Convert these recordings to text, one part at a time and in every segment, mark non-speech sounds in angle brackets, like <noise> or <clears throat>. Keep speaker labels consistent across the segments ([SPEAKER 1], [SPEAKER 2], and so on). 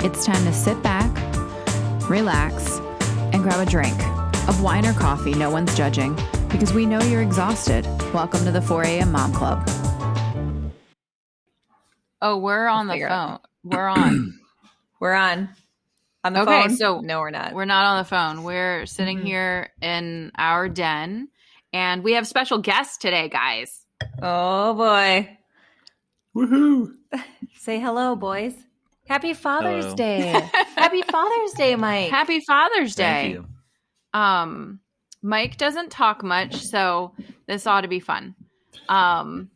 [SPEAKER 1] it's time to sit back, relax, and grab a drink of wine or coffee. No one's judging because we know you're exhausted. Welcome to the 4 a.m. Mom Club. Oh, we're on the
[SPEAKER 2] figure it
[SPEAKER 1] phone.
[SPEAKER 2] out.
[SPEAKER 1] We're
[SPEAKER 3] <clears throat>
[SPEAKER 1] on.
[SPEAKER 2] We're on. On the
[SPEAKER 1] Okay,
[SPEAKER 2] phone.
[SPEAKER 1] so
[SPEAKER 2] no, we're not.
[SPEAKER 1] we're not on the phone. We're sitting
[SPEAKER 2] Mhm.
[SPEAKER 1] here in our den, and we have special guests today, guys.
[SPEAKER 2] oh boy.
[SPEAKER 3] Woohoo!
[SPEAKER 2] <laughs> Say hello, boys. Happy Father's
[SPEAKER 3] Hello. <laughs>
[SPEAKER 2] Day. Happy Father's Day, Mike.
[SPEAKER 1] Happy Father's
[SPEAKER 3] Thank
[SPEAKER 1] Day.
[SPEAKER 3] you.
[SPEAKER 1] Um, Mike doesn't talk much, so this ought to be fun. Um,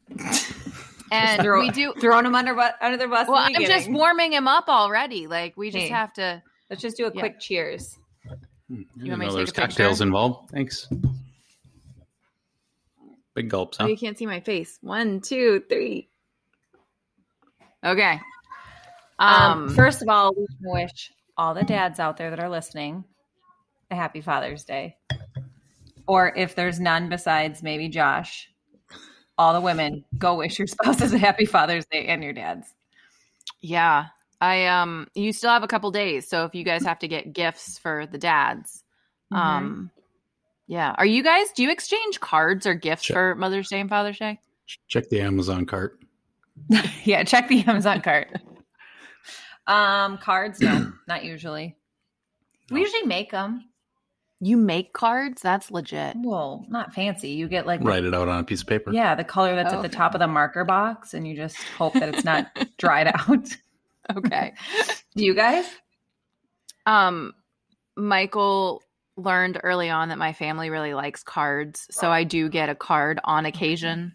[SPEAKER 1] and
[SPEAKER 2] Throw-
[SPEAKER 1] we do.
[SPEAKER 2] Throwing them under bu- under the bus. in
[SPEAKER 1] Well,
[SPEAKER 2] the
[SPEAKER 1] I'm just
[SPEAKER 2] beginning.
[SPEAKER 1] warming him up already. Like we just
[SPEAKER 2] Hey.
[SPEAKER 1] have to.
[SPEAKER 2] Let's just do a
[SPEAKER 1] Yeah.
[SPEAKER 2] quick cheers.
[SPEAKER 3] You
[SPEAKER 1] want me to
[SPEAKER 3] know
[SPEAKER 1] take
[SPEAKER 3] there's
[SPEAKER 1] a picture?
[SPEAKER 3] cocktails involved. Thanks. Big gulps,
[SPEAKER 1] Oh,
[SPEAKER 3] huh?
[SPEAKER 1] you can't see my face. One, two, three. Okay.
[SPEAKER 2] Um,
[SPEAKER 1] Um.
[SPEAKER 2] first of all, we wanna wish all the dads out there that are listening a happy Father's Day. Or if there's none besides maybe Josh, all the women, go wish your spouses a happy Father's Day and your dads.
[SPEAKER 1] yeah. I um. You still have a couple days, so if you guys have to get gifts for the dads, um. Yeah. Are you guys? Do you exchange cards or gifts for
[SPEAKER 3] Sure.
[SPEAKER 1] Mother's Day and Father's Day?
[SPEAKER 3] Check the Amazon cart.
[SPEAKER 2] <laughs> yeah, check the Amazon cart. Um, cards, no, not usually. We
[SPEAKER 3] No.
[SPEAKER 2] usually make them.
[SPEAKER 1] You make cards? That's legit.
[SPEAKER 2] Well, not fancy. You get like,
[SPEAKER 3] Write it out on a piece of paper.
[SPEAKER 2] yeah, the color that's
[SPEAKER 1] Oh,
[SPEAKER 2] at the
[SPEAKER 1] okay.
[SPEAKER 2] top of the marker box, and you just hope that it's not
[SPEAKER 1] <laughs>
[SPEAKER 2] dried out.
[SPEAKER 1] Okay.
[SPEAKER 2] <laughs> Do you guys?
[SPEAKER 1] um Michael learned early on that my family really likes cards, so I do get a card on occasion.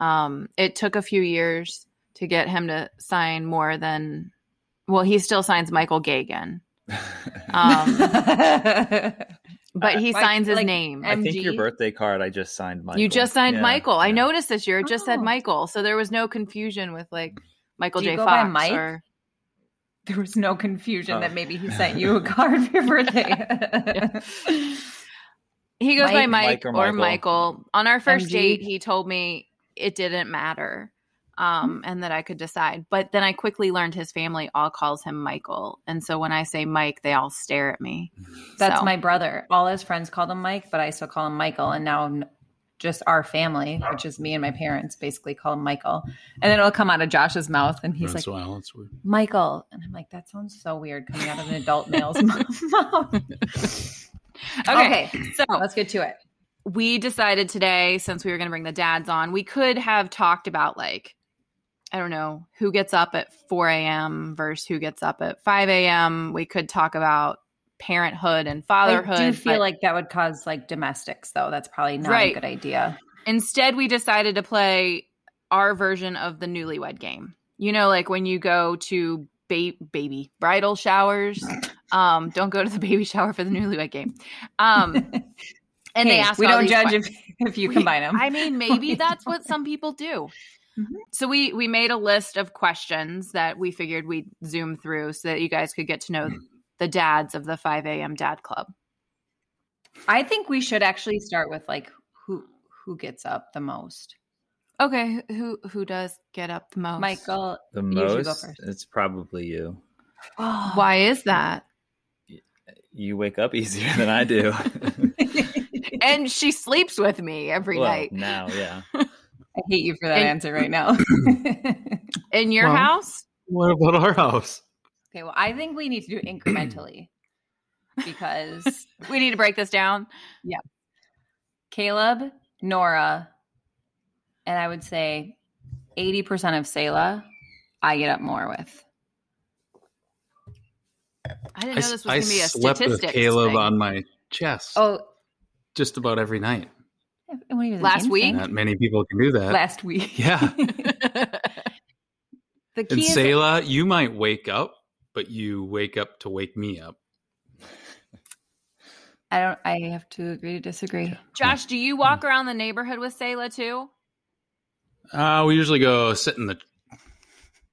[SPEAKER 1] Um it took a few years to get him to sign more than well, he still signs Michael Gagan. Um but he
[SPEAKER 2] Uh, Mike-
[SPEAKER 1] signs his
[SPEAKER 2] like,
[SPEAKER 1] name.
[SPEAKER 2] I
[SPEAKER 4] I think your
[SPEAKER 2] MG?
[SPEAKER 4] birthday card I just signed Michael.
[SPEAKER 1] you just signed
[SPEAKER 4] Yeah,
[SPEAKER 1] Michael. I
[SPEAKER 4] yeah.
[SPEAKER 1] noticed this year it just said
[SPEAKER 2] Oh.
[SPEAKER 1] Michael, so there was no confusion with like Michael
[SPEAKER 2] Do you
[SPEAKER 1] J.
[SPEAKER 2] go by
[SPEAKER 1] Fox
[SPEAKER 2] Mike?
[SPEAKER 1] or
[SPEAKER 2] <laughs> there was no confusion
[SPEAKER 4] Oh.
[SPEAKER 2] that maybe he sent you a card <laughs> for
[SPEAKER 1] <laughs>
[SPEAKER 2] your birthday.
[SPEAKER 1] He goes by Mike
[SPEAKER 4] Mike- Mike
[SPEAKER 1] or Michael.
[SPEAKER 4] or Michael.
[SPEAKER 1] On our first
[SPEAKER 2] MG.
[SPEAKER 1] date, he told me it didn't matter
[SPEAKER 2] Hmm.
[SPEAKER 1] um, and that I could decide. But then I quickly learned his family all calls him Michael. And so when I say Mike, they all stare at me.
[SPEAKER 2] That's
[SPEAKER 1] So-
[SPEAKER 2] my brother. All his friends called him Mike, but I still call him Michael. And now n- just our family, which is me and my parents, basically call him Michael. And then it'll come out of Josh's mouth, and he's
[SPEAKER 3] That's
[SPEAKER 2] like,
[SPEAKER 3] wild. That's weird.
[SPEAKER 2] Michael. And I'm like, that sounds so weird coming out of an adult male's <laughs> mouth.
[SPEAKER 1] <laughs> Okay.
[SPEAKER 2] Okay.
[SPEAKER 1] So
[SPEAKER 2] let's get to it.
[SPEAKER 1] we decided today, since we were going to bring the dads on, we could have talked about like, I don't know, who gets up at 4 a.m. versus who gets up at 5 a.m. We could talk about parenthood and fatherhood.
[SPEAKER 2] I do feel
[SPEAKER 1] but-
[SPEAKER 2] like that would cause like domestics, though. That's probably not
[SPEAKER 1] Right.
[SPEAKER 2] a good idea.
[SPEAKER 1] Instead, we decided to play our version of the newlywed game. You know, like when you go to ba- baby bridal showers. Um, don't go to the baby shower for the newlywed game.
[SPEAKER 2] <laughs>
[SPEAKER 1] Um, and they
[SPEAKER 2] Hey,
[SPEAKER 1] ask,
[SPEAKER 2] we
[SPEAKER 1] all
[SPEAKER 2] don't
[SPEAKER 1] these
[SPEAKER 2] judge
[SPEAKER 1] questions.
[SPEAKER 2] <laughs> if if you
[SPEAKER 1] We-
[SPEAKER 2] combine them.
[SPEAKER 1] I <laughs> mean, maybe
[SPEAKER 2] We
[SPEAKER 1] that's
[SPEAKER 2] don't.
[SPEAKER 1] what some people do.
[SPEAKER 2] Mhm.
[SPEAKER 1] So we we made a list of questions that we figured we'd zoom through so that you guys could get to know the dads of the 5 a.m. dad club.
[SPEAKER 2] I think we should actually start with like who who gets up the most.
[SPEAKER 1] Okay, who who does get up the most?
[SPEAKER 2] Michael,
[SPEAKER 4] The
[SPEAKER 2] You should go
[SPEAKER 4] most,
[SPEAKER 2] first.
[SPEAKER 4] it's probably you.
[SPEAKER 2] <laughs>
[SPEAKER 1] why is that? <laughs>
[SPEAKER 4] You wake up <laughs> easier than I do.
[SPEAKER 1] and she sleeps with me every
[SPEAKER 4] well,
[SPEAKER 1] night
[SPEAKER 4] now, yeah.
[SPEAKER 2] I hate you for that
[SPEAKER 1] And-
[SPEAKER 2] answer right now. <clears throat> <laughs> okay,
[SPEAKER 1] in your
[SPEAKER 3] Well.
[SPEAKER 1] house
[SPEAKER 3] What about our house?
[SPEAKER 2] well, I think we need to do it <clears throat> incrementally because
[SPEAKER 1] we need to break this down
[SPEAKER 2] Caleb, Nora, and I would say 80% of Selah, I get up more with.
[SPEAKER 1] i didn't
[SPEAKER 3] I,
[SPEAKER 1] know
[SPEAKER 3] s-
[SPEAKER 1] this was
[SPEAKER 3] I
[SPEAKER 1] going to be a
[SPEAKER 3] slept
[SPEAKER 1] statistics
[SPEAKER 3] with Caleb
[SPEAKER 1] thing.
[SPEAKER 3] on my chest
[SPEAKER 2] Oh,
[SPEAKER 3] just about every night.
[SPEAKER 2] what do you- the
[SPEAKER 1] Last
[SPEAKER 2] same
[SPEAKER 1] week?
[SPEAKER 2] thing?
[SPEAKER 3] Not many people can do that.
[SPEAKER 2] Last week.
[SPEAKER 3] Yeah.
[SPEAKER 2] The
[SPEAKER 3] And
[SPEAKER 2] key is
[SPEAKER 3] Selah, you might wake up, but you wake up to wake me up.
[SPEAKER 2] I don't I have to agree to disagree.
[SPEAKER 1] josh do you walk around the neighborhood with selah too
[SPEAKER 3] Uh, we usually go sit in the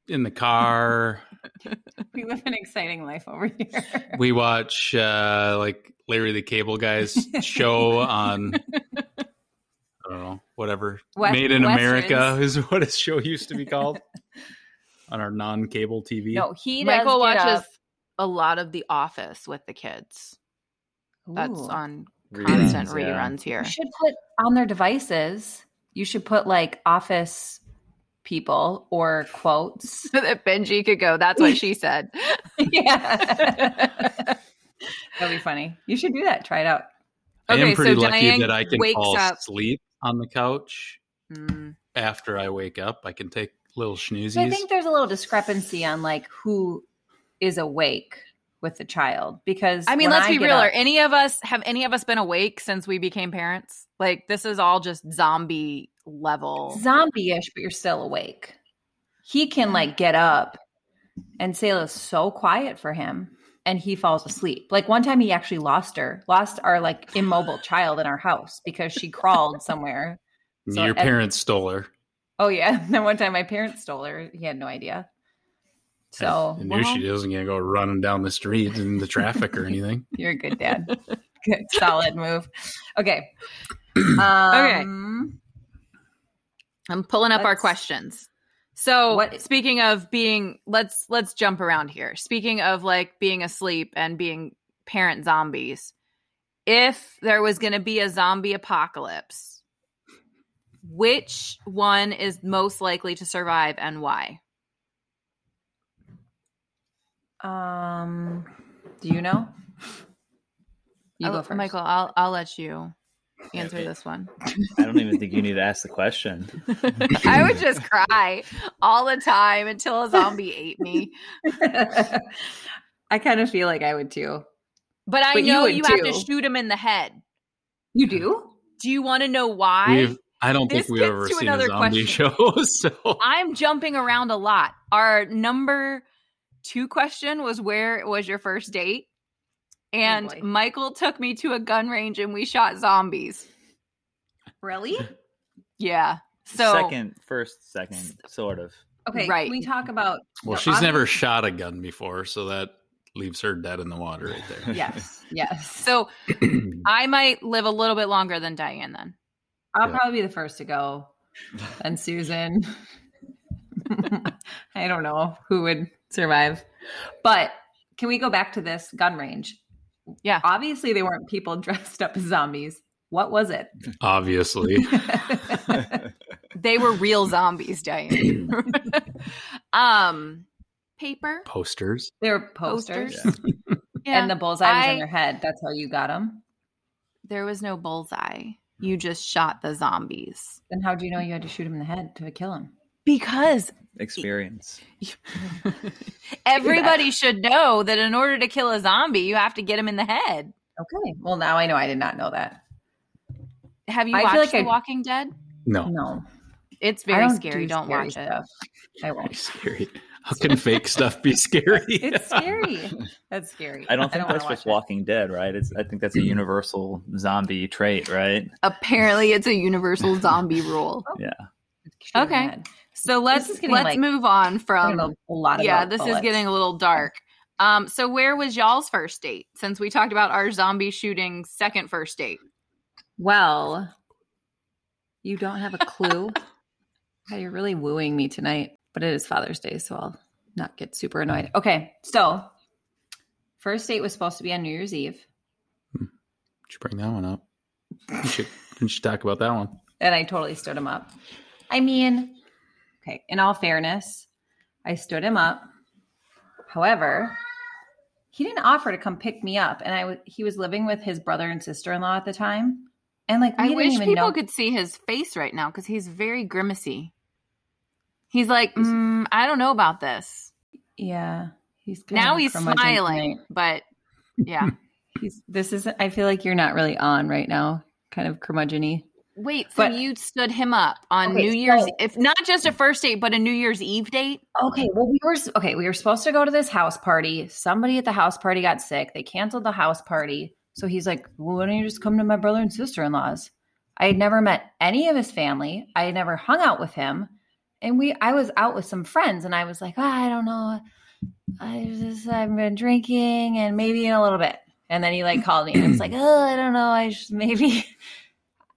[SPEAKER 3] in the car.
[SPEAKER 2] <laughs> We live an exciting life over here.
[SPEAKER 3] we watch uh like Larry the Cable Guy's show on I don't know, whatever.
[SPEAKER 2] Wes-
[SPEAKER 3] Made in
[SPEAKER 2] Westerns.
[SPEAKER 3] America is what
[SPEAKER 1] <laughs>
[SPEAKER 3] his show used to be called on our non-cable TV.
[SPEAKER 2] No, he does
[SPEAKER 1] michael
[SPEAKER 2] get
[SPEAKER 1] watches
[SPEAKER 2] up.
[SPEAKER 1] a lot of The Office with the kids. That's
[SPEAKER 2] Ooh.
[SPEAKER 1] on
[SPEAKER 4] Reruns,
[SPEAKER 1] constant
[SPEAKER 4] yeah.
[SPEAKER 1] reruns here. <laughs>
[SPEAKER 2] You should put on their devices. You should put like office people or quotes.
[SPEAKER 1] <laughs> So that Benji could go. That's what she said.
[SPEAKER 2] yeah. That'd be funny. You should do that. Try it out.
[SPEAKER 3] I
[SPEAKER 1] Okay,
[SPEAKER 3] am pretty
[SPEAKER 1] so
[SPEAKER 3] lucky
[SPEAKER 1] Diane
[SPEAKER 3] that I can
[SPEAKER 1] wakes
[SPEAKER 3] fall
[SPEAKER 1] up-
[SPEAKER 3] asleep on the couch
[SPEAKER 1] Mm.
[SPEAKER 3] after I wake up. I can take little schnoozies.
[SPEAKER 2] So I think there's a little discrepancy on like who is awake with the child because
[SPEAKER 1] I mean,
[SPEAKER 2] when
[SPEAKER 1] let's be
[SPEAKER 2] get
[SPEAKER 1] real. Are
[SPEAKER 2] up-
[SPEAKER 1] any of us have any of us been awake since we became parents? Like this is all just zombie level.
[SPEAKER 2] zombie-ish, but you're still awake. He can like get up, and Selah so quiet for him, and he falls asleep. Like one time, he actually lost her, lost our like immobile child in our house because she crawled somewhere. so
[SPEAKER 3] Your
[SPEAKER 2] ev-
[SPEAKER 3] parents stole her.
[SPEAKER 2] Oh yeah, <laughs> then one time my parents stole her. He had no idea. So
[SPEAKER 3] I knew she wasn't going to go running down the street in the traffic
[SPEAKER 1] <laughs>
[SPEAKER 3] or anything.
[SPEAKER 2] You're a good dad. good solid move. Okay. Um, okay.
[SPEAKER 1] I'm pulling up our
[SPEAKER 2] Let's-
[SPEAKER 1] questions. So
[SPEAKER 2] What-
[SPEAKER 1] speaking of being let's let's jump around here. Speaking of like being asleep and being parent zombies, if there was gonna be a zombie apocalypse, which one is most likely to survive and why?
[SPEAKER 2] Um do you know? You
[SPEAKER 1] I'll-
[SPEAKER 2] go first.
[SPEAKER 1] Uh, Oh, Michael, I'll I'll let you answer
[SPEAKER 4] Okay.
[SPEAKER 1] this
[SPEAKER 4] <laughs>
[SPEAKER 1] one.
[SPEAKER 4] I don't even think you need to ask the question.
[SPEAKER 1] I would just cry all the time until a zombie ate me.
[SPEAKER 2] <laughs> I kind of feel like I would too.
[SPEAKER 1] But I
[SPEAKER 2] But you
[SPEAKER 1] know
[SPEAKER 2] would
[SPEAKER 1] you, have
[SPEAKER 2] too.
[SPEAKER 1] to shoot him in the head.
[SPEAKER 2] You do?
[SPEAKER 1] Do you want to know why?
[SPEAKER 3] We've, I don't
[SPEAKER 1] This
[SPEAKER 3] think we've
[SPEAKER 1] gets
[SPEAKER 3] ever
[SPEAKER 1] to
[SPEAKER 3] seen a
[SPEAKER 1] another
[SPEAKER 3] zombie <laughs>
[SPEAKER 1] question.
[SPEAKER 3] show. So
[SPEAKER 1] I'm jumping around a lot. Our number two question was where was your first date? And
[SPEAKER 2] Oh, boy.
[SPEAKER 1] Michael took me to a gun range and we shot zombies.
[SPEAKER 2] Really?
[SPEAKER 1] Yeah. <laughs> So
[SPEAKER 4] second, first, second, sort of.
[SPEAKER 2] Okay,
[SPEAKER 1] Right.
[SPEAKER 2] can we talk about
[SPEAKER 3] well,
[SPEAKER 2] No,
[SPEAKER 3] she's never
[SPEAKER 2] obviously-
[SPEAKER 3] shot a gun before, so that leaves her dead in the water right
[SPEAKER 2] <laughs>
[SPEAKER 3] there.
[SPEAKER 2] Yes, yes.
[SPEAKER 1] so
[SPEAKER 4] <clears throat>
[SPEAKER 1] I might live a little bit longer than Diane then.
[SPEAKER 2] I'll
[SPEAKER 3] Yeah.
[SPEAKER 2] probably be the first to go. And Susan. <laughs> I don't know who would survive. But can we go back to this gun range?
[SPEAKER 1] Yeah.
[SPEAKER 2] Obviously, they weren't people <laughs> dressed up as zombies. What was it?
[SPEAKER 3] Obviously,
[SPEAKER 1] They were real zombies,
[SPEAKER 2] <clears throat>
[SPEAKER 1] Diane. um paper
[SPEAKER 3] posters.
[SPEAKER 2] they were posters.
[SPEAKER 1] Posters. Yeah.
[SPEAKER 2] And the bullseye was
[SPEAKER 1] I-
[SPEAKER 2] in their head. That's how you got them.
[SPEAKER 1] there was no bullseye. You just shot the zombies.
[SPEAKER 2] Then how do you know you had to shoot him in the head to kill him?
[SPEAKER 1] Because
[SPEAKER 4] Experience.
[SPEAKER 1] Everybody should know that in order to kill a zombie, you have to get him in the head.
[SPEAKER 2] Okay. Well, now I know I did not know that.
[SPEAKER 1] Have you
[SPEAKER 2] I feel
[SPEAKER 1] watched
[SPEAKER 2] like
[SPEAKER 1] The
[SPEAKER 2] I-
[SPEAKER 1] Walking Dead?
[SPEAKER 3] No,
[SPEAKER 2] No.
[SPEAKER 1] It's
[SPEAKER 2] I
[SPEAKER 1] very
[SPEAKER 2] don't
[SPEAKER 1] scary.
[SPEAKER 2] do
[SPEAKER 1] don't
[SPEAKER 2] scary
[SPEAKER 1] watch
[SPEAKER 2] stuff. I won't.
[SPEAKER 3] Very scary. How can fake stuff be scary?
[SPEAKER 2] <laughs> It's scary. That's scary.
[SPEAKER 4] I don't think
[SPEAKER 2] wanna
[SPEAKER 4] that's
[SPEAKER 2] watch
[SPEAKER 4] just
[SPEAKER 2] it.
[SPEAKER 4] Walking Dead, right? It's I think that's a universal zombie trait, right?
[SPEAKER 1] it. Apparently, it's a universal zombie rule.
[SPEAKER 2] Shoot him in the
[SPEAKER 1] Okay.
[SPEAKER 2] head.
[SPEAKER 1] So let's
[SPEAKER 2] is
[SPEAKER 1] let's
[SPEAKER 2] getting, like,
[SPEAKER 1] move on
[SPEAKER 2] I know
[SPEAKER 1] from
[SPEAKER 2] a lot.
[SPEAKER 1] yeah.
[SPEAKER 2] about
[SPEAKER 1] This is
[SPEAKER 2] bullets.
[SPEAKER 1] getting a little dark. Um, so where was y'all's first date? Since we talked about our zombie shooting second first date,
[SPEAKER 2] well. You don't have a clue. <laughs> Yeah, you're really wooing me tonight, but it is Father's Day, so I'll not get super annoyed. Okay, so first date was supposed to be on New Year's Eve,
[SPEAKER 3] Did you bring that one up? We should, we should talk about that one.
[SPEAKER 2] and I totally stood him up. I mean, okay. In all fairness, I stood him up. However, he didn't offer to come pick me up, and I was he was living with his brother and sister in law at the time, and like we
[SPEAKER 1] I
[SPEAKER 2] didn't
[SPEAKER 1] wish
[SPEAKER 2] even
[SPEAKER 1] people
[SPEAKER 2] know.
[SPEAKER 1] could see his face right now because he's very grimacy. He's like, mm, I don't know about this.
[SPEAKER 2] Yeah, he's feeling
[SPEAKER 1] now
[SPEAKER 2] like
[SPEAKER 1] he's
[SPEAKER 2] curmudgeon
[SPEAKER 1] smiling,
[SPEAKER 2] tonight.
[SPEAKER 1] but
[SPEAKER 2] <laughs>
[SPEAKER 1] yeah.
[SPEAKER 2] He's this is. I feel like you're not really on right now. Kind of curmudgeon
[SPEAKER 1] Wait, so
[SPEAKER 2] But-
[SPEAKER 1] you stood him up on
[SPEAKER 2] Okay,
[SPEAKER 1] New Year's,
[SPEAKER 2] so-
[SPEAKER 1] if not just a first date, but a New Year's Eve date.
[SPEAKER 2] Okay, well we were okay. We were supposed to go to this house party. Somebody at the house party got sick. They canceled the house party. So he's like, well, "Why don't you just come to my brother and sister in law's?" I had never met any of his family. I had never hung out with him, and we. I was out with some friends, and I was like, "Ah, "I don't know. I just I've been drinking, and maybe in a little bit." And then he like called me, and I was like, "Oh, I don't know. I just maybe. <laughs>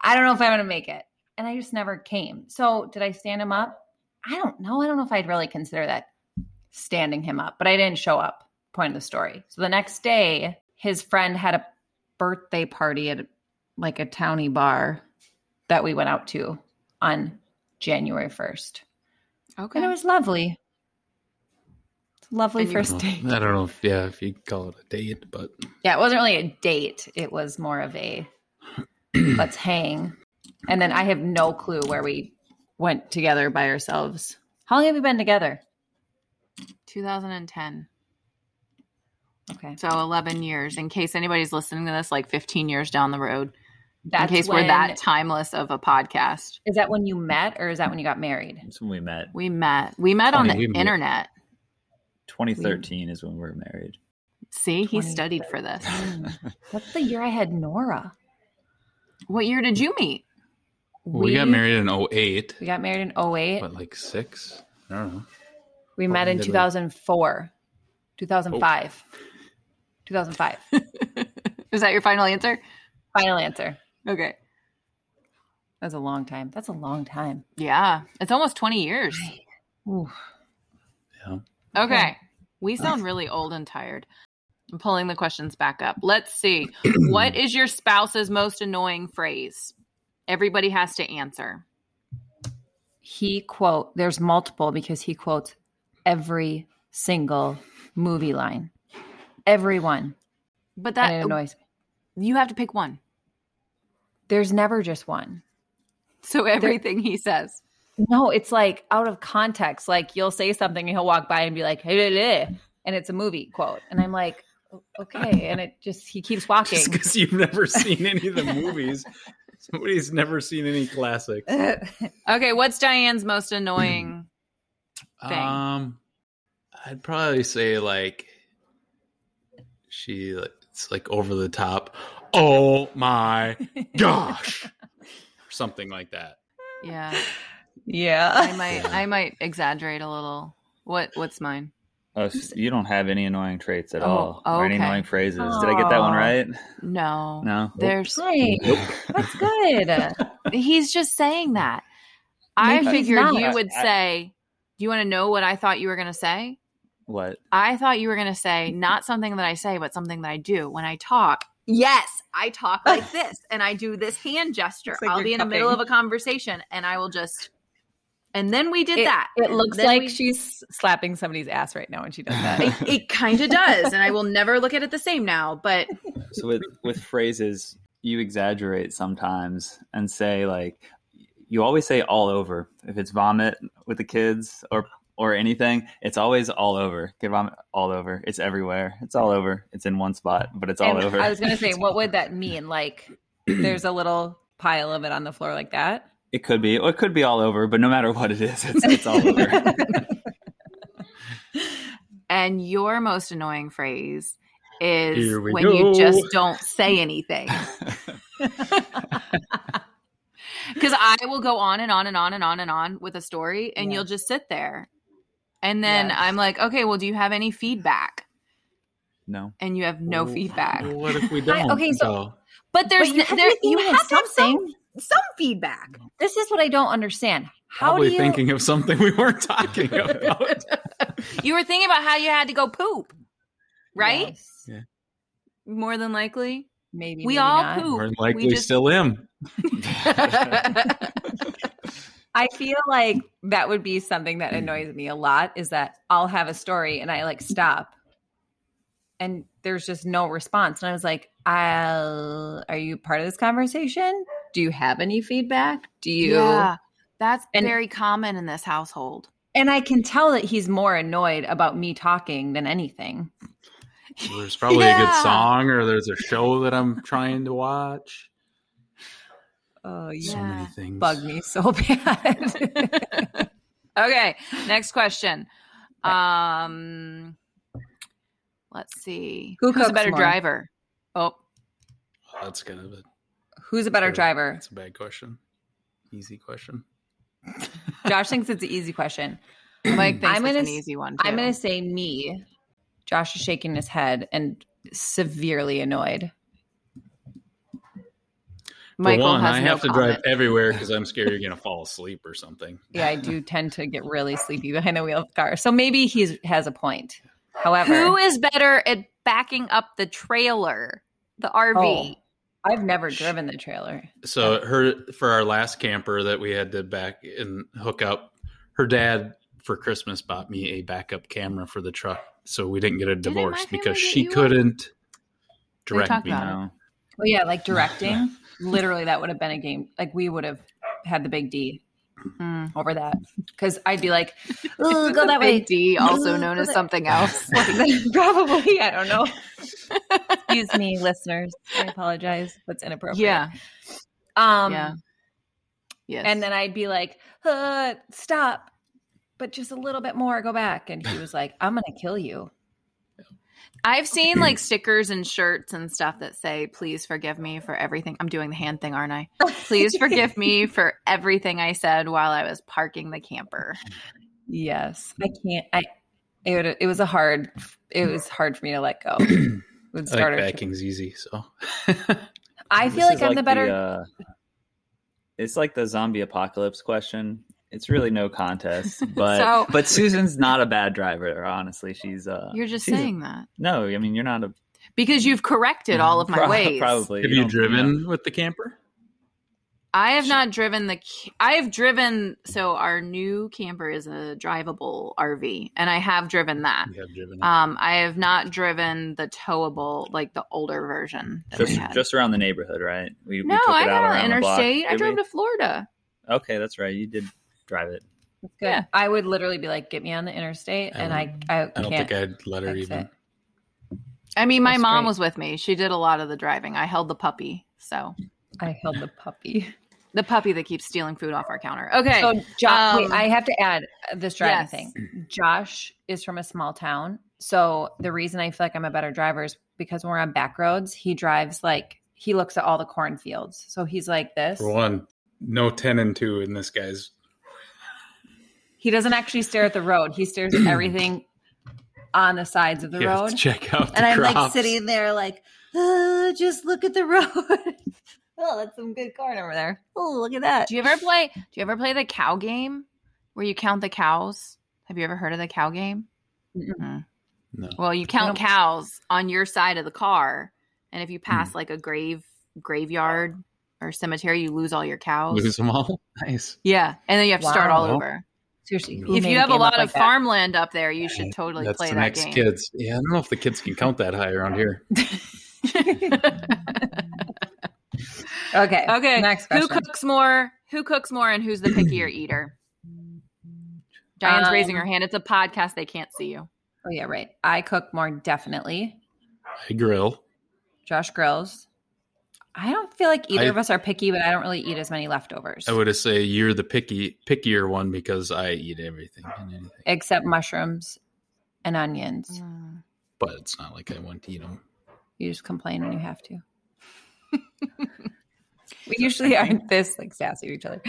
[SPEAKER 2] I don't know if I'm gonna make it." And I just never came. So did I stand him up? I don't know. I don't know if I'd really consider that standing him up, but I didn't show up. point of the story. So the next day, his friend had a birthday party at like a towny bar that we went out to on January 1st.
[SPEAKER 1] Okay.
[SPEAKER 2] And it was lovely. It's a lovely
[SPEAKER 1] And you-
[SPEAKER 2] first
[SPEAKER 3] Well,
[SPEAKER 2] date.
[SPEAKER 3] I don't know if yeah, if you call it a date, but
[SPEAKER 2] Yeah, it wasn't really a date. It was more
[SPEAKER 1] <clears throat>
[SPEAKER 2] of a let's hang. And then I have no clue where we went together by ourselves. How long have you been together?
[SPEAKER 1] 2010.
[SPEAKER 2] Okay.
[SPEAKER 1] So 11 years. In case anybody's listening to this, like 15 years down the road.
[SPEAKER 2] That's
[SPEAKER 1] in case
[SPEAKER 2] when-
[SPEAKER 1] we're that timeless of a podcast.
[SPEAKER 2] Is that when you met or is that when you got married?
[SPEAKER 4] That's when we met.
[SPEAKER 1] We met. We met on
[SPEAKER 3] Funny,
[SPEAKER 1] the
[SPEAKER 3] we met.
[SPEAKER 1] internet.
[SPEAKER 4] 2013 is when we were married.
[SPEAKER 1] See, he
[SPEAKER 2] 20,
[SPEAKER 1] studied for this.
[SPEAKER 2] That's the year I had Nora.
[SPEAKER 1] What year did you meet?
[SPEAKER 3] we, got married in 08,
[SPEAKER 2] We got married in 08.
[SPEAKER 3] but like six. I don't know.
[SPEAKER 2] we
[SPEAKER 3] How
[SPEAKER 2] met
[SPEAKER 3] long
[SPEAKER 2] in
[SPEAKER 3] did we-
[SPEAKER 2] 2004, 2005. 2005.
[SPEAKER 1] Is that your final answer?
[SPEAKER 2] Final answer.
[SPEAKER 1] Okay.
[SPEAKER 2] That's a long time. That's a long time.
[SPEAKER 1] Yeah. It's almost 20 years. Okay.
[SPEAKER 2] Okay.
[SPEAKER 1] We sound really old and tired. I'm pulling the questions back up. Let's see. what is your spouse's most annoying phrase? Everybody has to answer.
[SPEAKER 2] he quote there's multiple because he quotes every single movie line everyone
[SPEAKER 1] But
[SPEAKER 2] that and it
[SPEAKER 1] that
[SPEAKER 2] annoys me
[SPEAKER 1] you have to pick one.
[SPEAKER 2] there's never just one
[SPEAKER 1] So everything he says.
[SPEAKER 2] no it's like out of context like you'll say something and he'll walk by and be like hey, hey, hey," and it's a movie quote and i'm like "O- okay and it just he keeps walking <laughs>
[SPEAKER 3] Just because you've never seen any of the movies, somebody's never seen any classics.
[SPEAKER 1] Okay, what's Diane's most annoying? thing?
[SPEAKER 3] Um, I'd probably say like she like it's like over the top. Oh
[SPEAKER 1] <laughs>
[SPEAKER 3] my gosh, or something like that.
[SPEAKER 1] yeah. I
[SPEAKER 2] yeah
[SPEAKER 1] might I might exaggerate a little. What what's mine?
[SPEAKER 4] Oh, s- you don't have any annoying traits at
[SPEAKER 1] Oh,
[SPEAKER 4] all, or any
[SPEAKER 1] okay.
[SPEAKER 4] annoying phrases. Did I get that one
[SPEAKER 2] Aw.
[SPEAKER 4] right?
[SPEAKER 1] No.
[SPEAKER 4] No.
[SPEAKER 1] There's
[SPEAKER 2] hey, that's good
[SPEAKER 1] he's just saying that.
[SPEAKER 2] Maybe
[SPEAKER 1] I
[SPEAKER 2] he's
[SPEAKER 1] figured
[SPEAKER 2] not.
[SPEAKER 1] you would
[SPEAKER 4] I- I-
[SPEAKER 1] say, "Do you want to know what I thought you were going to say?"
[SPEAKER 4] What?
[SPEAKER 1] I thought you were going to say not something that I say, but something that I do when I talk. Yes, I talk
[SPEAKER 2] <laughs>
[SPEAKER 1] like this and I do this hand gesture.
[SPEAKER 2] It's like
[SPEAKER 1] I'll
[SPEAKER 2] you're
[SPEAKER 1] be in the middle of
[SPEAKER 2] cupping.
[SPEAKER 1] a conversation and I will just, and then we did
[SPEAKER 2] it,
[SPEAKER 1] that. <laughs>
[SPEAKER 2] it looks
[SPEAKER 1] Then
[SPEAKER 2] like
[SPEAKER 1] we-
[SPEAKER 2] she's slapping somebody's ass right now when she does that
[SPEAKER 1] It, it kind of does. And I will never look at it the same now, but
[SPEAKER 4] So with with phrases, you exaggerate sometimes and say like you always say all over. If it's vomit with the kids or or anything, it's always all over. Get vomit all over. It's everywhere. It's all over. It's in one spot, but it's all
[SPEAKER 2] And
[SPEAKER 4] over.
[SPEAKER 2] I was gonna say, what would that mean? Like, there's a little pile of it on the floor like that.
[SPEAKER 4] it could be, or it could be all over, but no matter what it is, it's, it's
[SPEAKER 2] <laughs>
[SPEAKER 4] all over.
[SPEAKER 1] And your most annoying phrase is
[SPEAKER 3] Here we
[SPEAKER 1] when you
[SPEAKER 3] go.
[SPEAKER 1] just don't say
[SPEAKER 3] <laughs>
[SPEAKER 1] anything. <laughs> Because I will go on and on and on and on and on with a story, and
[SPEAKER 2] Yeah.
[SPEAKER 1] you'll just sit there. And then
[SPEAKER 2] Yes.
[SPEAKER 1] I'm like, okay, well, do you have any feedback?
[SPEAKER 4] no.
[SPEAKER 1] And you have no
[SPEAKER 3] Well,
[SPEAKER 1] feedback.
[SPEAKER 3] well, what if we don't?
[SPEAKER 2] okay, so-
[SPEAKER 3] though?
[SPEAKER 1] But there's
[SPEAKER 2] But you
[SPEAKER 1] n-
[SPEAKER 2] have
[SPEAKER 1] there,
[SPEAKER 2] to be
[SPEAKER 1] you
[SPEAKER 2] thinking
[SPEAKER 1] have
[SPEAKER 2] of
[SPEAKER 1] to have some,
[SPEAKER 2] something.
[SPEAKER 1] some feedback.
[SPEAKER 2] This is what I don't understand. How
[SPEAKER 3] probably
[SPEAKER 2] do you?
[SPEAKER 3] thinking of something we weren't
[SPEAKER 1] <laughs>
[SPEAKER 3] talking about.
[SPEAKER 1] You were thinking about how you had to go poop, right?
[SPEAKER 2] Yes.
[SPEAKER 1] More than likely.
[SPEAKER 2] Maybe
[SPEAKER 1] We
[SPEAKER 2] maybe
[SPEAKER 1] all
[SPEAKER 2] not.
[SPEAKER 1] poop.
[SPEAKER 3] More than
[SPEAKER 1] we
[SPEAKER 3] likely,
[SPEAKER 1] just-
[SPEAKER 3] still am.
[SPEAKER 2] I feel like that would be something that annoys me a lot. Is that I'll have a story and I like stop, and there's just no response. And I was like, I'll, "Are you part of this conversation? Do you have any feedback? Do you?"
[SPEAKER 1] Yeah, that's
[SPEAKER 2] And-
[SPEAKER 1] very common in this household.
[SPEAKER 2] And I can tell that he's more annoyed about me talking than anything.
[SPEAKER 3] There's probably a good
[SPEAKER 1] Yeah.
[SPEAKER 3] song, or there's a show that I'm trying to watch.
[SPEAKER 2] Oh, you
[SPEAKER 3] So
[SPEAKER 1] Yeah.
[SPEAKER 3] many things.
[SPEAKER 2] bug me so <laughs> bad.
[SPEAKER 1] okay, next question. Um, let's see.
[SPEAKER 2] Who
[SPEAKER 1] Who's
[SPEAKER 2] cooks
[SPEAKER 1] a better
[SPEAKER 2] more?
[SPEAKER 1] driver? Oh, <clears throat>
[SPEAKER 3] Oh, that's kind of a
[SPEAKER 2] Who's a better
[SPEAKER 3] Sure.
[SPEAKER 2] driver?
[SPEAKER 3] that's a bad question. Easy question.
[SPEAKER 2] Josh thinks it's an easy question.
[SPEAKER 1] Mike thinks
[SPEAKER 2] I'm
[SPEAKER 1] it's
[SPEAKER 2] gonna
[SPEAKER 1] an
[SPEAKER 2] s-
[SPEAKER 1] easy one.
[SPEAKER 2] I'm
[SPEAKER 1] too.
[SPEAKER 2] going to say me. Josh is shaking his head and severely annoyed.
[SPEAKER 1] Michael
[SPEAKER 3] For one,
[SPEAKER 1] has
[SPEAKER 3] I
[SPEAKER 1] no
[SPEAKER 3] have to drive
[SPEAKER 1] comment.
[SPEAKER 3] everywhere because I'm scared you're going to fall asleep or something.
[SPEAKER 2] <laughs> Yeah, I do tend to get really sleepy behind the wheel of the car. So maybe he has a point. However,
[SPEAKER 1] Who is better at backing up the trailer, the RV?
[SPEAKER 2] Oh. I've never driven the trailer.
[SPEAKER 3] So her for our last camper that we had to back and hook up, her dad for Christmas bought me a backup camera for the truck, so we didn't get a
[SPEAKER 1] Didn't my
[SPEAKER 3] divorce
[SPEAKER 1] family
[SPEAKER 3] because
[SPEAKER 1] get
[SPEAKER 3] she
[SPEAKER 1] you one?
[SPEAKER 3] couldn't
[SPEAKER 1] talked
[SPEAKER 3] direct me.
[SPEAKER 1] about it.
[SPEAKER 4] No.
[SPEAKER 2] Oh yeah, like directing. <laughs> Literally, that would have been a game. Like we would have had the big D
[SPEAKER 1] Mm.
[SPEAKER 2] over that because I'd be like,
[SPEAKER 1] <laughs>
[SPEAKER 2] "Ooh, go that way."
[SPEAKER 1] Big D, also
[SPEAKER 2] Ooh,
[SPEAKER 1] known
[SPEAKER 2] go
[SPEAKER 1] as
[SPEAKER 2] that-
[SPEAKER 1] something else.
[SPEAKER 2] <laughs> Probably, I don't know. Excuse me, listeners. I apologize. That's inappropriate.
[SPEAKER 1] yeah.
[SPEAKER 2] Um.
[SPEAKER 1] yeah. Yes.
[SPEAKER 2] And then I'd be like, uh, stop, but just a little bit more, go back. And she was like, I'm going to kill you.
[SPEAKER 1] I've seen
[SPEAKER 3] <clears throat>
[SPEAKER 1] like stickers and shirts and stuff that say, please forgive me for everything. I'm doing the hand thing, aren't
[SPEAKER 2] <laughs>
[SPEAKER 1] I? Please forgive me for everything I said while I was parking the camper.
[SPEAKER 2] Yes. I can't. I, it, would- it was a hard, it was hard for me to let
[SPEAKER 1] <clears throat>
[SPEAKER 2] go. It would
[SPEAKER 3] I
[SPEAKER 2] start
[SPEAKER 3] think
[SPEAKER 2] our-
[SPEAKER 3] backing's easy, so
[SPEAKER 2] I
[SPEAKER 4] This
[SPEAKER 2] feel like
[SPEAKER 4] is
[SPEAKER 2] I'm the better.
[SPEAKER 4] uh, it's like the zombie apocalypse question. It's really
[SPEAKER 1] <laughs>
[SPEAKER 4] no contest, but
[SPEAKER 1] So-
[SPEAKER 4] but Susan's not a bad driver. Honestly, she's uh,
[SPEAKER 1] You're just
[SPEAKER 4] she's a-
[SPEAKER 1] saying that
[SPEAKER 4] no. I mean, you're not a
[SPEAKER 1] because you've corrected all of my
[SPEAKER 4] Mm, prob-
[SPEAKER 1] ways.
[SPEAKER 4] <laughs> Probably
[SPEAKER 3] have you
[SPEAKER 4] don't-
[SPEAKER 3] driven with the camper?
[SPEAKER 1] I have not driven the. ca- I have driven. So our new camper is a drivable RV, and I have driven that.
[SPEAKER 3] You have driven.
[SPEAKER 1] Um, I have not driven the towable, like the older version. That we
[SPEAKER 4] Just,
[SPEAKER 1] had.
[SPEAKER 4] just around the neighborhood, right? We, we
[SPEAKER 1] no,
[SPEAKER 4] took it
[SPEAKER 1] I
[SPEAKER 4] out
[SPEAKER 1] got on
[SPEAKER 4] around the block,
[SPEAKER 1] interstate. I
[SPEAKER 4] did
[SPEAKER 1] drove
[SPEAKER 4] we?
[SPEAKER 1] to Florida.
[SPEAKER 4] Okay, that's right. You did drive it.
[SPEAKER 2] That's good.
[SPEAKER 1] Yeah.
[SPEAKER 2] I would literally be like, get me on the interstate.
[SPEAKER 3] I
[SPEAKER 2] and I,
[SPEAKER 3] wouldn't-
[SPEAKER 2] I,
[SPEAKER 3] I don't
[SPEAKER 2] can't.
[SPEAKER 3] think I'd let her
[SPEAKER 2] That's
[SPEAKER 3] even.
[SPEAKER 2] it.
[SPEAKER 1] I mean, my
[SPEAKER 2] That's
[SPEAKER 1] mom
[SPEAKER 2] great.
[SPEAKER 1] was with me. She did a lot of the driving. I held the puppy. So
[SPEAKER 2] I, held the puppy.
[SPEAKER 1] the puppy that keeps stealing food off our counter. Okay.
[SPEAKER 2] So, Josh, wait,
[SPEAKER 1] um,
[SPEAKER 2] I have to add uh, this driving
[SPEAKER 1] yes.
[SPEAKER 2] thing. Josh is from a small town, so the reason I feel like I'm a better driver is because when we're on back roads, he drives like he looks at all the cornfields. So he's like this.
[SPEAKER 3] For one, no ten and two in this guy's.
[SPEAKER 2] He doesn't actually stare at the road. He stares at everything on the sides of the
[SPEAKER 3] You have <laughs>
[SPEAKER 2] road.
[SPEAKER 3] to check out the
[SPEAKER 2] And I'm like
[SPEAKER 3] crops.
[SPEAKER 2] sitting there like, "Uh, just look at the road. <laughs> oh, that's some good corn over there. Oh, look at that.
[SPEAKER 1] do you ever play? Do you ever play the cow game, where you count the cows? Have you ever heard of the cow game?
[SPEAKER 3] No.
[SPEAKER 1] Well, you count
[SPEAKER 2] don't-
[SPEAKER 1] cows on your side of the car, and if
[SPEAKER 3] Hmm.
[SPEAKER 1] you pass like a grave graveyard or cemetery, you lose all your cows.
[SPEAKER 3] Lose them all. <laughs> Nice.
[SPEAKER 1] Yeah, and then you have to start all
[SPEAKER 3] Wow.
[SPEAKER 1] over.
[SPEAKER 2] Seriously,
[SPEAKER 3] If
[SPEAKER 2] who
[SPEAKER 1] if
[SPEAKER 2] made
[SPEAKER 1] you have a
[SPEAKER 2] game up
[SPEAKER 1] lot
[SPEAKER 2] like
[SPEAKER 1] of
[SPEAKER 2] that?
[SPEAKER 1] farmland up there, you should totally
[SPEAKER 3] That's
[SPEAKER 1] play
[SPEAKER 3] the
[SPEAKER 1] that
[SPEAKER 3] next
[SPEAKER 1] game.
[SPEAKER 2] <laughs>
[SPEAKER 3] kids. Yeah, I don't know if the kids can count that high around here.
[SPEAKER 2] Okay.
[SPEAKER 1] <laughs> okay,
[SPEAKER 2] Next
[SPEAKER 1] who
[SPEAKER 2] question.
[SPEAKER 1] cooks more? Who cooks more, and who's the
[SPEAKER 3] <clears throat>
[SPEAKER 1] pickier eater? Diane's raising her
[SPEAKER 2] Um,
[SPEAKER 1] hand. It's a podcast; they can't see you.
[SPEAKER 2] Oh yeah, right. I cook more definitely.
[SPEAKER 3] I grill.
[SPEAKER 2] Josh grills. I don't feel like either
[SPEAKER 3] I-
[SPEAKER 2] of us are picky, but I don't really eat as many leftovers.
[SPEAKER 3] I would say you're the picky pickier one because I eat everything and anything.
[SPEAKER 2] except mushrooms and onions.
[SPEAKER 3] But it's not like I want to eat them.
[SPEAKER 2] You just complain when you have to. <laughs> we usually aren't this like sassy to each other.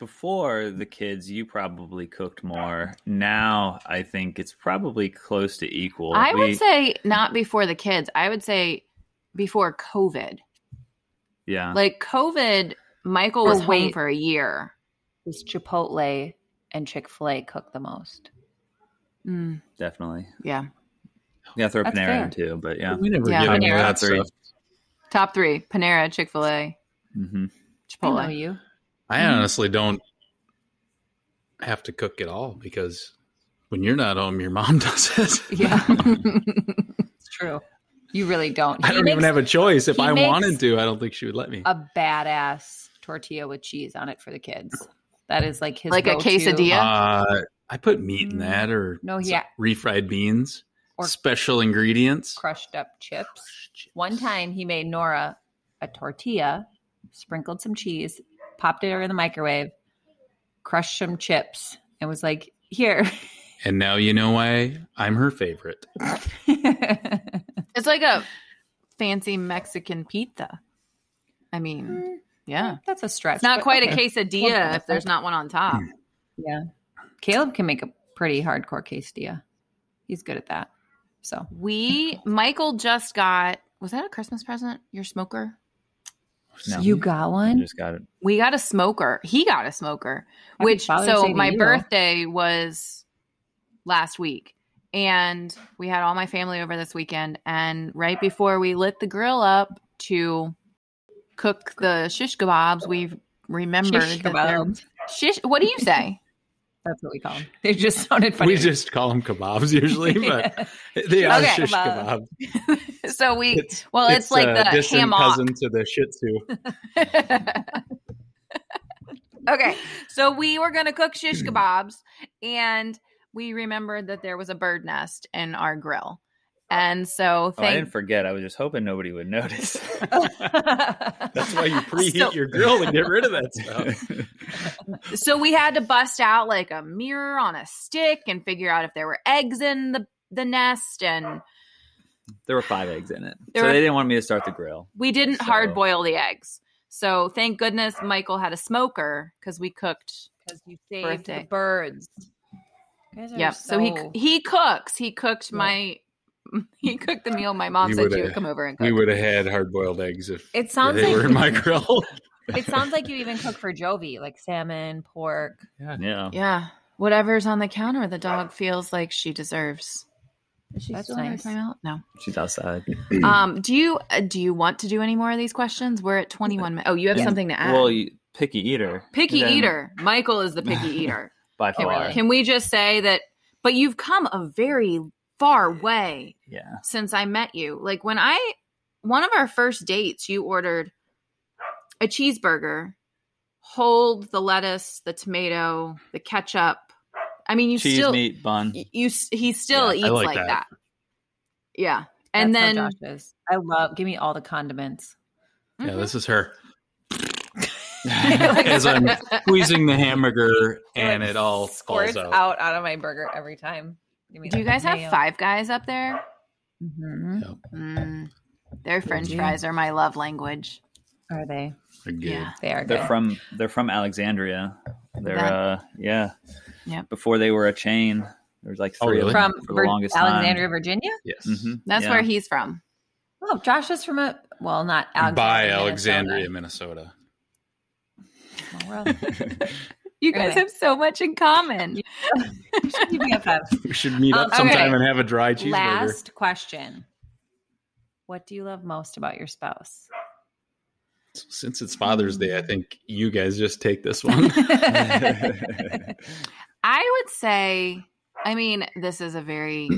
[SPEAKER 4] Before the kids, you probably cooked more. Now I think it's probably close to equal.
[SPEAKER 1] I
[SPEAKER 4] We-
[SPEAKER 1] would say not before the kids. I would say before COVID.
[SPEAKER 4] yeah.
[SPEAKER 1] Like COVID, Michael
[SPEAKER 2] Or
[SPEAKER 1] was home
[SPEAKER 2] wait.
[SPEAKER 1] for a year.
[SPEAKER 2] Is Chipotle and Chick Fil A cook the most?
[SPEAKER 1] Mm,
[SPEAKER 4] Definitely.
[SPEAKER 1] yeah.
[SPEAKER 4] Yeah, throw
[SPEAKER 2] That's
[SPEAKER 4] Panera
[SPEAKER 2] fair.
[SPEAKER 4] in too, but yeah.
[SPEAKER 3] We never
[SPEAKER 1] Yeah.
[SPEAKER 3] did any of
[SPEAKER 2] Panera.
[SPEAKER 3] that
[SPEAKER 4] Three.
[SPEAKER 3] stuff.
[SPEAKER 1] Top three Panera, Chick fil A,
[SPEAKER 2] I
[SPEAKER 4] hmm
[SPEAKER 2] know
[SPEAKER 1] Chipotle.
[SPEAKER 2] you.
[SPEAKER 3] I
[SPEAKER 1] mm-hmm.
[SPEAKER 3] honestly don't have to cook at all because when you're not home, your mom <laughs> does it.
[SPEAKER 1] Yeah.
[SPEAKER 2] <laughs> It's true. You really don't.
[SPEAKER 3] I
[SPEAKER 2] He
[SPEAKER 3] don't even
[SPEAKER 2] makes
[SPEAKER 3] have a choice. If
[SPEAKER 2] he
[SPEAKER 3] I
[SPEAKER 2] makes-
[SPEAKER 3] wanted to, I don't think she would let me.
[SPEAKER 1] Oh,
[SPEAKER 2] a badass tortilla with cheese on it for the kids. That is like his
[SPEAKER 1] Like a
[SPEAKER 2] go-to.
[SPEAKER 1] quesadilla? yeah. Mm.
[SPEAKER 3] Uh, I put meat in that or
[SPEAKER 2] No,
[SPEAKER 3] s-
[SPEAKER 2] yeah.
[SPEAKER 3] refried beans,
[SPEAKER 2] Or-
[SPEAKER 3] special ingredients.
[SPEAKER 2] crushed up chips. One time he made Nora a tortilla, sprinkled some cheese, popped it over the microwave, crushed some chips, and was like, here. <laughs>
[SPEAKER 3] And now you know why I'm her favorite.
[SPEAKER 1] It's like a fancy Mexican pizza. I mean, yeah.
[SPEAKER 2] That's a stretch.
[SPEAKER 1] It's not
[SPEAKER 2] but
[SPEAKER 1] quite
[SPEAKER 2] okay.
[SPEAKER 1] a quesadilla if there's not one on top.
[SPEAKER 2] Yeah. Caleb can make a pretty hardcore quesadilla. He's good at that. So
[SPEAKER 1] We, Michael just got, was that a Christmas present? Your smoker?
[SPEAKER 4] No.
[SPEAKER 2] you got
[SPEAKER 4] I
[SPEAKER 2] one?
[SPEAKER 4] just got it.
[SPEAKER 1] We got a smoker. He got a smoker,
[SPEAKER 2] Happy
[SPEAKER 1] which
[SPEAKER 2] Father's
[SPEAKER 1] so
[SPEAKER 2] Day to
[SPEAKER 1] my
[SPEAKER 2] you.
[SPEAKER 1] birthday was last week, and we had all my family over this weekend and right before we lit the grill up to cook the shish kebabs we remembered
[SPEAKER 2] Shish
[SPEAKER 1] that they're-
[SPEAKER 2] kebabs.
[SPEAKER 1] shish what do you
[SPEAKER 2] <laughs>
[SPEAKER 1] say
[SPEAKER 2] That's what we call them. They just sounded funny.
[SPEAKER 3] We just call them kebabs
[SPEAKER 2] <laughs>
[SPEAKER 3] usually, but they are
[SPEAKER 1] Okay.
[SPEAKER 3] shish
[SPEAKER 2] Kebab.
[SPEAKER 3] kebab.
[SPEAKER 1] so we well it's, like
[SPEAKER 3] a
[SPEAKER 1] the
[SPEAKER 3] uh, distant
[SPEAKER 1] hammock
[SPEAKER 3] cousin to the Shih Tzu.
[SPEAKER 1] okay, so we were gonna cook shish kebabs, and we remembered that there was a bird nest in our grill, and so
[SPEAKER 4] Oh, I didn't
[SPEAKER 1] thank
[SPEAKER 4] forget. I was just hoping nobody would <laughs> notice.
[SPEAKER 2] <laughs>
[SPEAKER 3] That's why you preheat
[SPEAKER 1] So-
[SPEAKER 3] your grill and <laughs> get rid of that stuff.
[SPEAKER 1] so we had to bust out like a mirror on a stick and figure out if there were eggs in the the nest, and
[SPEAKER 4] <laughs> there were five eggs in it,
[SPEAKER 1] There
[SPEAKER 4] so
[SPEAKER 1] were-
[SPEAKER 4] they didn't want me to start the grill.
[SPEAKER 1] we didn't
[SPEAKER 4] So-
[SPEAKER 1] hard boil the eggs. So thank goodness Michael had a smoker because we cooked.
[SPEAKER 2] because you saved
[SPEAKER 1] Birthday.
[SPEAKER 2] the birds. You guys are
[SPEAKER 1] Yep. So, he he cooks. He cooked my. <laughs> He cooked the meal my mom
[SPEAKER 3] We
[SPEAKER 1] said
[SPEAKER 3] would've-
[SPEAKER 1] she would come over and cook.
[SPEAKER 3] We would have had hard boiled eggs if
[SPEAKER 2] it sounds
[SPEAKER 3] they were in
[SPEAKER 2] like
[SPEAKER 3] my grill.
[SPEAKER 2] <laughs> it sounds like you even cook for Jovi, like salmon, pork.
[SPEAKER 4] Yeah.
[SPEAKER 1] Yeah. Whatever's on the counter, the dog feels like she deserves. Is she
[SPEAKER 2] That's
[SPEAKER 1] still nice.
[SPEAKER 2] nice.
[SPEAKER 1] time out? No. <clears throat>
[SPEAKER 4] she's outside.
[SPEAKER 1] um, do you uh, do you want to do any more of these questions? We're at
[SPEAKER 3] Uh,
[SPEAKER 1] 21 minutes. Oh, you have
[SPEAKER 4] Yeah.
[SPEAKER 1] something to add.
[SPEAKER 4] Well, you, picky eater,
[SPEAKER 1] picky
[SPEAKER 4] Then
[SPEAKER 1] eater. Michael is the picky eater.
[SPEAKER 4] by
[SPEAKER 1] Can,
[SPEAKER 4] far.
[SPEAKER 1] can we just say that but you've come a very far way
[SPEAKER 4] Yeah,
[SPEAKER 1] since I met you. Like when I one of our first dates, you ordered a cheeseburger, hold the lettuce, the tomato, the ketchup. I mean, you
[SPEAKER 4] cheese
[SPEAKER 1] still
[SPEAKER 4] meat bun.
[SPEAKER 1] y- you s- he still
[SPEAKER 3] Yeah, I
[SPEAKER 1] eats like,
[SPEAKER 3] like
[SPEAKER 1] that.
[SPEAKER 3] that.
[SPEAKER 1] Yeah. And
[SPEAKER 2] That's
[SPEAKER 1] then
[SPEAKER 2] how Josh is. I love. Give me all the condiments.
[SPEAKER 3] Yeah,
[SPEAKER 2] Mm-hmm.
[SPEAKER 1] Mhm.
[SPEAKER 3] this
[SPEAKER 2] <laughs>
[SPEAKER 3] is her. As I'm squeezing
[SPEAKER 2] <laughs>
[SPEAKER 3] the hamburger and
[SPEAKER 2] like,
[SPEAKER 3] it all falls
[SPEAKER 2] squirts
[SPEAKER 3] out.
[SPEAKER 2] out of my burger every time. Give me
[SPEAKER 1] do you
[SPEAKER 2] that
[SPEAKER 1] guys have
[SPEAKER 2] mayo.
[SPEAKER 1] five guys up there?
[SPEAKER 2] Mhm.
[SPEAKER 1] Mm, their french
[SPEAKER 2] do.
[SPEAKER 1] fries are my love language.
[SPEAKER 2] Are they?
[SPEAKER 3] They're good.
[SPEAKER 1] Yeah.
[SPEAKER 2] They are
[SPEAKER 4] They're
[SPEAKER 2] good.
[SPEAKER 4] from they're from Alexandria. They're
[SPEAKER 1] That-
[SPEAKER 4] uh yeah.
[SPEAKER 1] Yep.
[SPEAKER 4] Before they were a chain, there was like
[SPEAKER 3] Oh,
[SPEAKER 4] three
[SPEAKER 3] really?
[SPEAKER 4] of
[SPEAKER 2] From
[SPEAKER 4] them for the
[SPEAKER 2] Vir-
[SPEAKER 4] longest
[SPEAKER 2] Alexandria, Virginia.
[SPEAKER 3] Yes.
[SPEAKER 4] time.
[SPEAKER 2] Mm-hmm.
[SPEAKER 4] Mhm,
[SPEAKER 1] That's
[SPEAKER 4] yeah.
[SPEAKER 1] where he's from.
[SPEAKER 2] Oh, Josh is from a well, not
[SPEAKER 3] By
[SPEAKER 2] Alexandria,
[SPEAKER 3] Alexandria, Minnesota. <laughs>
[SPEAKER 2] Minnesota. Well, we're <laughs>
[SPEAKER 1] You
[SPEAKER 2] guys have
[SPEAKER 1] so much in common.
[SPEAKER 2] all- BFF.
[SPEAKER 3] We should meet
[SPEAKER 2] Um,
[SPEAKER 3] up sometime
[SPEAKER 1] okay.
[SPEAKER 3] and have a dry cheeseburger.
[SPEAKER 2] Last question. What do you love most about your spouse? <laughs>
[SPEAKER 1] <laughs>
[SPEAKER 3] Since it's Father's Day, I think you guys just take this <laughs> one.
[SPEAKER 1] I would say, I mean, this is a very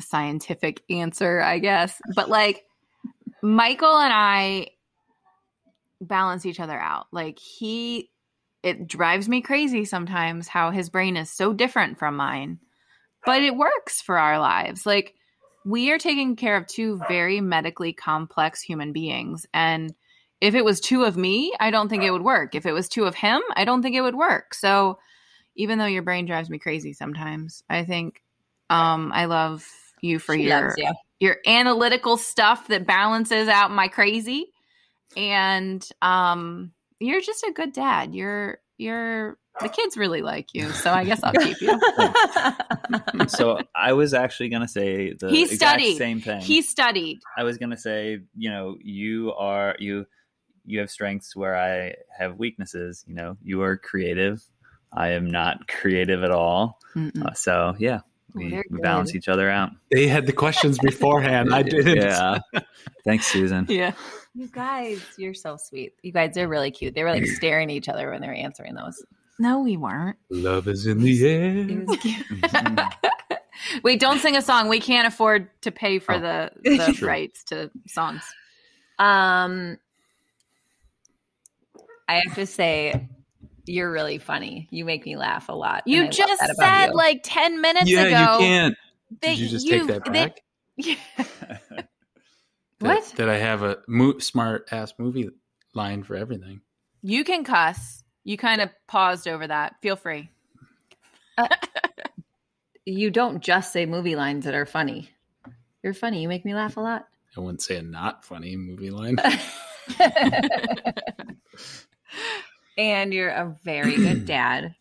[SPEAKER 1] scientific answer, I guess, but like Michael and I balance each other out. Like he, it drives me crazy sometimes how his brain is so different from mine, but it works for our lives. Like we are taking care of two very medically complex human beings. And if it was two of me, I don't think it would work. If it was two of him, I don't think it would work. So, even though your brain drives me crazy sometimes, I think um, I love you for
[SPEAKER 2] She
[SPEAKER 1] your
[SPEAKER 2] loves you.
[SPEAKER 1] your analytical stuff that balances out my crazy and um you're just a good dad you're you're the kids really like you so i guess i'll keep
[SPEAKER 2] <laughs>
[SPEAKER 1] you
[SPEAKER 4] <laughs> so I was actually gonna say the
[SPEAKER 1] He
[SPEAKER 4] exact
[SPEAKER 1] studied.
[SPEAKER 4] same thing.
[SPEAKER 1] he studied
[SPEAKER 4] I was gonna say, you know, you are you you have strengths where I have weaknesses. You know, you are creative. I am not creative at all.
[SPEAKER 1] Mm-mm.
[SPEAKER 4] Uh, so yeah,
[SPEAKER 1] Ooh,
[SPEAKER 4] we,
[SPEAKER 1] they're
[SPEAKER 4] we balance
[SPEAKER 1] good.
[SPEAKER 4] each other out.
[SPEAKER 3] they had the questions beforehand. I didn't.
[SPEAKER 4] Yeah. <laughs> Thanks,
[SPEAKER 1] <laughs>
[SPEAKER 4] Susan.
[SPEAKER 1] yeah
[SPEAKER 2] <laughs> you guys, you're so sweet. You guys are really cute. They were like staring at each other when they were answering those.
[SPEAKER 1] no we weren't
[SPEAKER 3] Love is in the air.
[SPEAKER 1] wait don't sing a song we can't afford to pay for
[SPEAKER 3] Oh.
[SPEAKER 1] the,
[SPEAKER 3] <laughs>
[SPEAKER 1] the
[SPEAKER 3] Sure.
[SPEAKER 1] rights to songs
[SPEAKER 2] Um, I have to say, you're really funny. You make me laugh a lot. and I
[SPEAKER 1] you
[SPEAKER 2] love
[SPEAKER 1] just
[SPEAKER 2] that about
[SPEAKER 1] said
[SPEAKER 2] you.
[SPEAKER 1] like 10 minutes
[SPEAKER 3] yeah,
[SPEAKER 1] ago
[SPEAKER 3] you can't.
[SPEAKER 1] that
[SPEAKER 3] Did you just take that
[SPEAKER 1] that-
[SPEAKER 3] back?
[SPEAKER 1] What?
[SPEAKER 3] That, that I have a mo- smart ass movie line for everything.
[SPEAKER 1] <laughs> you can cuss you kind of paused over that feel free
[SPEAKER 2] you don't just say movie lines that are funny. You're funny. You make me laugh a lot.
[SPEAKER 3] I wouldn't say a not funny
[SPEAKER 1] <laughs>
[SPEAKER 3] movie line.
[SPEAKER 2] and you're a very good dad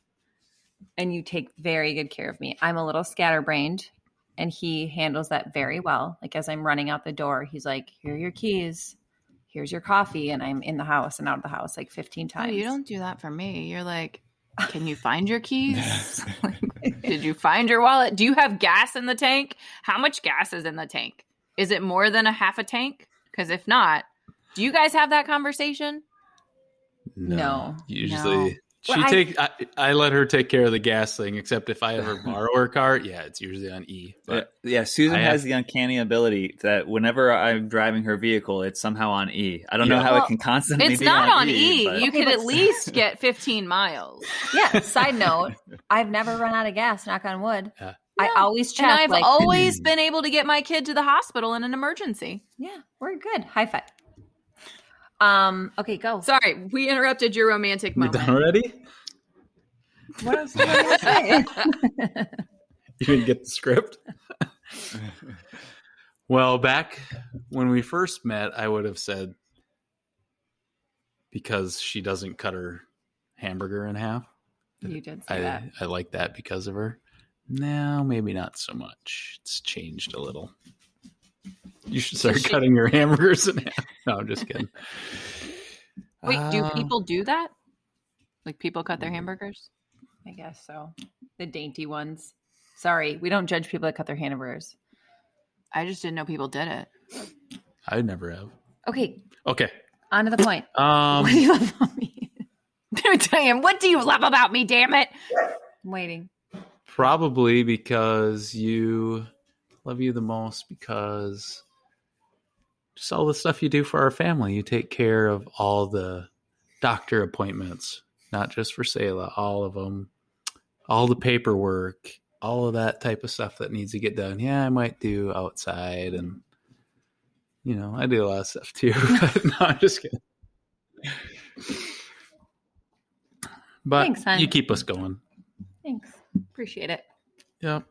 [SPEAKER 2] and you take very good care of me. I'm a little scatterbrained and he handles that very well. Like as I'm running out the door, he's like, "Here are your keys. Here's your coffee." And I'm in the house and out of the house like 15
[SPEAKER 1] Oh,
[SPEAKER 2] times.
[SPEAKER 1] you don't do that for me. You're like, can
[SPEAKER 2] <laughs>
[SPEAKER 1] you find your keys? <laughs> Like, did you find your wallet? Do you have gas in the tank? How much gas is in the tank? Is it more than a half a tank? Because if not, do you guys have that conversation? No,
[SPEAKER 3] Usually
[SPEAKER 1] no.
[SPEAKER 3] she
[SPEAKER 1] Well, I-
[SPEAKER 3] take I, I let her take care of the gas thing, except if I ever borrow her car, yeah, it's usually on E.
[SPEAKER 4] But
[SPEAKER 3] But
[SPEAKER 4] yeah, Susan
[SPEAKER 3] I have-
[SPEAKER 4] has the uncanny ability that whenever I'm driving her vehicle, it's somehow on E. I don't know
[SPEAKER 3] Yeah.
[SPEAKER 4] how
[SPEAKER 2] Well,
[SPEAKER 4] it can constantly
[SPEAKER 1] It's
[SPEAKER 4] be
[SPEAKER 1] not on E.
[SPEAKER 4] but-
[SPEAKER 1] You
[SPEAKER 2] Okay,
[SPEAKER 1] could
[SPEAKER 2] but- <laughs>
[SPEAKER 1] at least get 15 miles.
[SPEAKER 2] Yeah.
[SPEAKER 1] <laughs>
[SPEAKER 2] Side note, I've never run out of gas, knock on wood.
[SPEAKER 3] Yeah.
[SPEAKER 2] I
[SPEAKER 1] No.
[SPEAKER 2] always check.
[SPEAKER 1] and I've
[SPEAKER 2] like, hmm.
[SPEAKER 1] always been able to get my kid to the hospital in an emergency.
[SPEAKER 2] yeah, we're good. High five. Um, okay, go.
[SPEAKER 1] Sorry, we interrupted your romantic
[SPEAKER 3] you done
[SPEAKER 1] moment.
[SPEAKER 3] <laughs> already?
[SPEAKER 2] what else did
[SPEAKER 1] <laughs>
[SPEAKER 2] I say?
[SPEAKER 3] You didn't get the script. <laughs> well, back when we first met, I would have said because she doesn't cut her hamburger in half.
[SPEAKER 2] you did say that.
[SPEAKER 3] I, I like that because of her. Now maybe not so much. It's changed a little. You should start
[SPEAKER 1] She-
[SPEAKER 3] cutting your hamburgers in half. <laughs> No, I'm just kidding.
[SPEAKER 1] Wait, do
[SPEAKER 3] Uh,
[SPEAKER 1] people do that? Like people cut their hamburgers?
[SPEAKER 2] I guess so. The dainty ones. Sorry, we don't judge people that cut their hamburgers.
[SPEAKER 1] I just didn't know people did it.
[SPEAKER 3] I never have.
[SPEAKER 2] Okay,
[SPEAKER 3] Okay.
[SPEAKER 2] on to the <laughs> point.
[SPEAKER 3] Um,
[SPEAKER 2] what do you love about me?
[SPEAKER 1] <laughs> damn, what do you love about me, damn it?
[SPEAKER 2] I'm waiting.
[SPEAKER 3] Probably because you love you the most because just all the stuff you do for our family. You take care of all the doctor appointments, not just for Selah, all of them, all the paperwork, all of that type of stuff that needs to get done. Yeah, I might do outside and you know, I do a lot of stuff too. <laughs> But no, I'm just kidding. But
[SPEAKER 2] Thanks, hon.
[SPEAKER 3] you keep us going.
[SPEAKER 2] Thanks. Appreciate it.
[SPEAKER 3] Yep.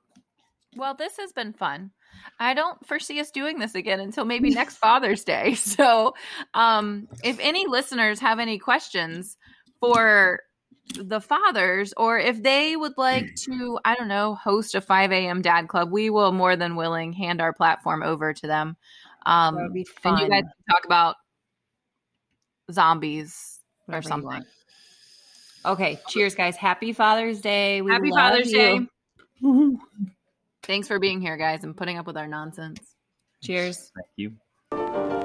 [SPEAKER 1] Well, this has been fun. I don't foresee us doing this again until maybe <laughs> next Father's Day. <laughs> So, um, if any listeners have any questions for the fathers, or if they would like to, I don't know, host a 5 a.m. dad club, we will more than willing hand our platform over to them. Um,
[SPEAKER 2] That would be
[SPEAKER 1] and
[SPEAKER 2] fun.
[SPEAKER 1] you guys can talk about zombies
[SPEAKER 2] Whatever
[SPEAKER 1] or
[SPEAKER 2] you
[SPEAKER 1] something.
[SPEAKER 2] want. Okay, cheers, guys. Happy Father's Day. We
[SPEAKER 1] Happy
[SPEAKER 2] love
[SPEAKER 1] Father's
[SPEAKER 2] you.
[SPEAKER 1] Day. Thanks for being here, guys, and putting up with our nonsense.
[SPEAKER 2] <laughs> Cheers.
[SPEAKER 4] Thank you.